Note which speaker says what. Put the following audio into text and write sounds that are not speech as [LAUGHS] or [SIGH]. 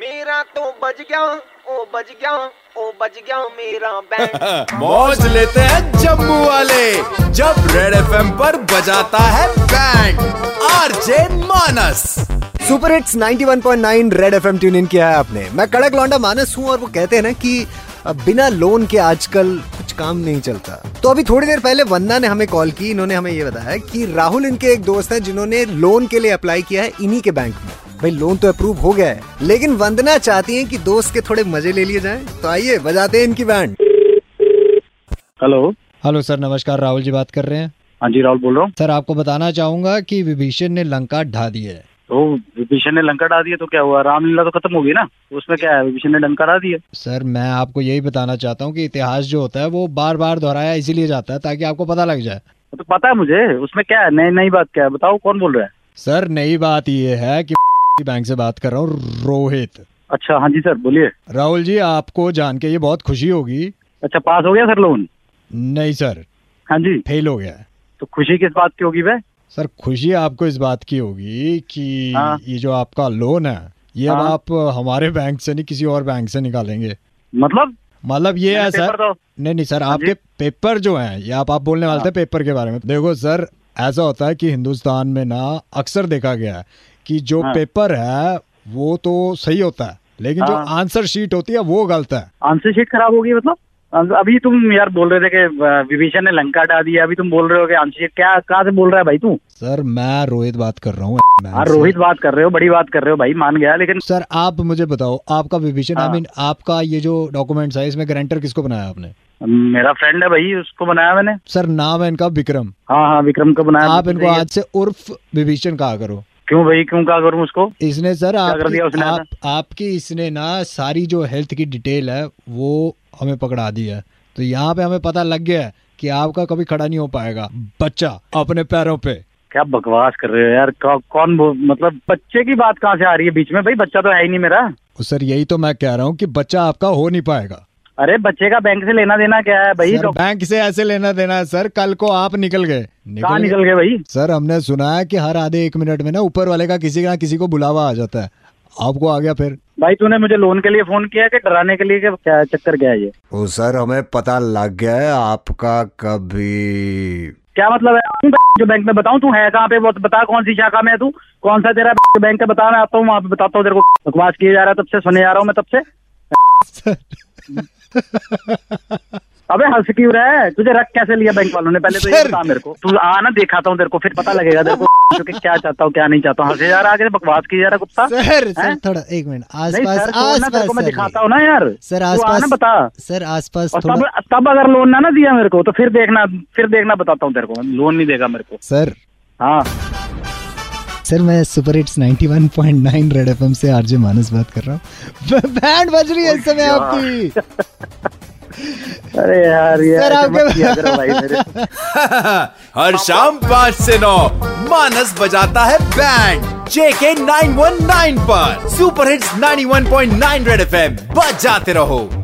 Speaker 1: मेरा तो बज गया ओ बज गया ओ बज गया मेरा बैंड
Speaker 2: मौज लेते हैं जम्मू वाले जब रेड एफएम पर बजाता है band RJ Manas
Speaker 3: super hits 91.9 red FM tune in किया है आपने मैं कड़क लौंडा मानस हूँ और वो कहते हैं ना कि अ, बिना लोन के आजकल कुछ काम नहीं चलता तो अभी थोड़ी देर पहले वंदना ने हमें कॉल की इन्होंने हमें ये बताया कि राहुल इनके एक दोस्त हैं जिन्होंने लोन के लिए अप्लाई किया है इन्हीं के बैंक में भाई लोन तो अप्रूव हो गया है लेकिन वंदना चाहती हैं कि दोस्त के थोड़े मजे ले लिए जाएं तो आइए बजाते हैं इनकी बैंड
Speaker 4: हेलो
Speaker 5: हेलो सर नमस्कार राहुल जी बात कर रहे हैं
Speaker 4: हाँ जी राहुल बोल रहा हूँ
Speaker 5: सर आपको बताना चाहूंगा कि विभीषण ने लंका ढा दी है
Speaker 4: तो विभीषण ने लंका डाल दिया तो क्या हुआ रामलीला तो खत्म हो गई ना उसमें क्या है विभीषण ने लंका डाल दिया
Speaker 5: सर मैं आपको यही बताना चाहता हूँ कि इतिहास जो होता है वो बार बार दोहराया इसीलिए जाता है ताकि आपको पता लग जाए
Speaker 4: तो पता है मुझे उसमें क्या है नई नई बात क्या है बताओ कौन बोल रहा है
Speaker 5: सर नई बात ये है कि [LAUGHS] बैंक से बात कर रहा हूँ रोहित
Speaker 4: अच्छा हाँ जी सर बोलिए
Speaker 5: राहुल जी आपको जान के ये बहुत खुशी होगी
Speaker 4: अच्छा पास हो गया सर लोन
Speaker 5: नहीं सर
Speaker 4: हाँ जी
Speaker 5: फेल हो गया है
Speaker 4: तो खुशी किस बात की होगी भाई
Speaker 5: सर खुशी आपको इस बात की होगी कि
Speaker 4: हाँ।
Speaker 5: ये जो आपका लोन है ये अब
Speaker 4: हाँ।
Speaker 5: आप हमारे बैंक से नहीं किसी और बैंक से निकालेंगे
Speaker 4: मतलब
Speaker 5: मतलब ये है
Speaker 4: मैंने तो-
Speaker 5: सर
Speaker 4: पेपर दो
Speaker 5: नहीं नहीं सर
Speaker 4: हाँ जी। हाँ।
Speaker 5: आपके पेपर जो हैं ये आप आप बोलने वाले थे पेपर के बारे में देखो सर ऐसा होता है कि हिंदुस्तान में ना अक्सर देखा गया है कि जो
Speaker 4: हाँ।
Speaker 5: पेपर है वो तो सही होता है लेकिन जो
Speaker 4: हाँ।
Speaker 5: आंसर शीट होती है वो गलत है
Speaker 4: आंसर शीट खराब होगी मतलब आंसर- अभी तुम यार बोल रहे थे कि अ, विभीषण ने लंका डाल दिया अभी तुम बोल रहे हो कि आंसर शीट क्या कहाँ से बोल रहा है भाई तू
Speaker 5: सर मैं रोहित बात कर रहा हूँ
Speaker 4: हाँ रोहित बात कर रहे हो बड़ी बात कर रहे हो भाई मान गया लेकिन
Speaker 5: सर आप मुझे बताओ आपका विभीषण आई
Speaker 4: हाँ।
Speaker 5: मीन आपका ये जो डॉक्यूमेंट्स है इसमें गारंटर किसको बनाया आपने
Speaker 4: मेरा फ्रेंड है भाई उसको बनाया मैंने
Speaker 5: सर नाम है इनका विक्रम
Speaker 4: हाँ हाँ विक्रम को बनाया
Speaker 5: आप
Speaker 4: बिल्कुल
Speaker 5: इनको
Speaker 4: सही है।
Speaker 5: आज से उर्फ विभीषण कहा करो
Speaker 4: क्यों भाई क्यों क्या करूँ उसको
Speaker 5: इसने सर
Speaker 4: कर
Speaker 5: आपकी,
Speaker 4: दिया उसने
Speaker 5: आप, आपकी इसने ना सारी जो हेल्थ की डिटेल है वो हमें पकड़ा दी है तो यहाँ पे हमें पता लग गया है कि आपका कभी खड़ा नहीं हो पाएगा बच्चा अपने पैरों पे
Speaker 4: क्या बकवास कर रहे हो यार कौ, कौन वो- मतलब बच्चे की बात कहाँ से आ रही है बीच में भाई बच्चा तो है ही नहीं मेरा
Speaker 5: और सर यही तो मैं कह रहा हूँ कि बच्चा आपका हो नहीं पाएगा
Speaker 4: अरे बच्चे का बैंक से लेना देना क्या है भाई तो
Speaker 5: सर,
Speaker 4: डॉक्टर
Speaker 5: बैंक से ऐसे लेना देना है सर कल को आप निकल गए
Speaker 4: कहाँ निकल गए भाई
Speaker 5: सर हमने सुना है कि हर आधे एक मिनट में ना ऊपर वाले का किसी का किसी को बुलावा आ जाता है आपको आ गया फिर
Speaker 4: भाई तूने मुझे लोन के लिए फोन किया है कि डराने के लिए कि क्या चक्कर क्या है ये
Speaker 3: ओ सर हमें पता लग गया है आपका कभी
Speaker 5: [LAUGHS]
Speaker 4: क्या मतलब है तू जो बैंक में बताऊं तू है कहाँ पे वो बता कौन सी शाखा में है तू कौन सा तेरा बैंक का बता मैं आता हूँ वहाँ पे बताता हूँ तेरे को बकवास किया जा रहा है तब से सुने जा रहा हूँ मैं तब से अबे हंस क्यों रहा है तुझे रख कैसे लिया बैंक वालों ने पहले तो ये
Speaker 5: सर।
Speaker 4: बता मेरे को तू आ ना दिखाता हूँ तेरे को फिर पता लगेगा तेरे को [LAUGHS] कि क्या चाहता हूँ क्या नहीं चाहता हूँ हंसे जा रहा है, आगे से बकवास की जा रहा है, कुत्ता
Speaker 5: सर सर
Speaker 4: हैं?
Speaker 5: थोड़ा एक मिनट
Speaker 4: नहीं
Speaker 5: आसपास
Speaker 4: सर छोड़ ना तेरे को मैं
Speaker 5: आसपास
Speaker 4: दिखाता हूँ ना यार
Speaker 5: सर
Speaker 4: तू आ ना
Speaker 5: आसपास
Speaker 4: बता
Speaker 5: सर आसपास
Speaker 4: और
Speaker 5: थोड़ा
Speaker 4: तब तब अगर लोन ना ना दिया मेरे को तो फिर देखना फिर देखना बताता हूँ तेरे को लोन नहीं देगा मेरे को
Speaker 5: सर
Speaker 4: हाँ
Speaker 5: सर मैं सुपर हिट्स 91.9 रेड एफएम से आरजे मानस बात कर रहा हूँ बैंड बज रही है इस समय
Speaker 4: यार।
Speaker 5: आपकी
Speaker 4: अरे यार ये
Speaker 5: सर,
Speaker 4: ऐसे
Speaker 5: आपके-
Speaker 4: मत किया करो भाई मेरे
Speaker 2: [LAUGHS] हर शाम पाँच से नौ मानस बजाता है बैंड जेके 919 पर सुपर हिट्स 91.9 रेड एफएम बजाते रहो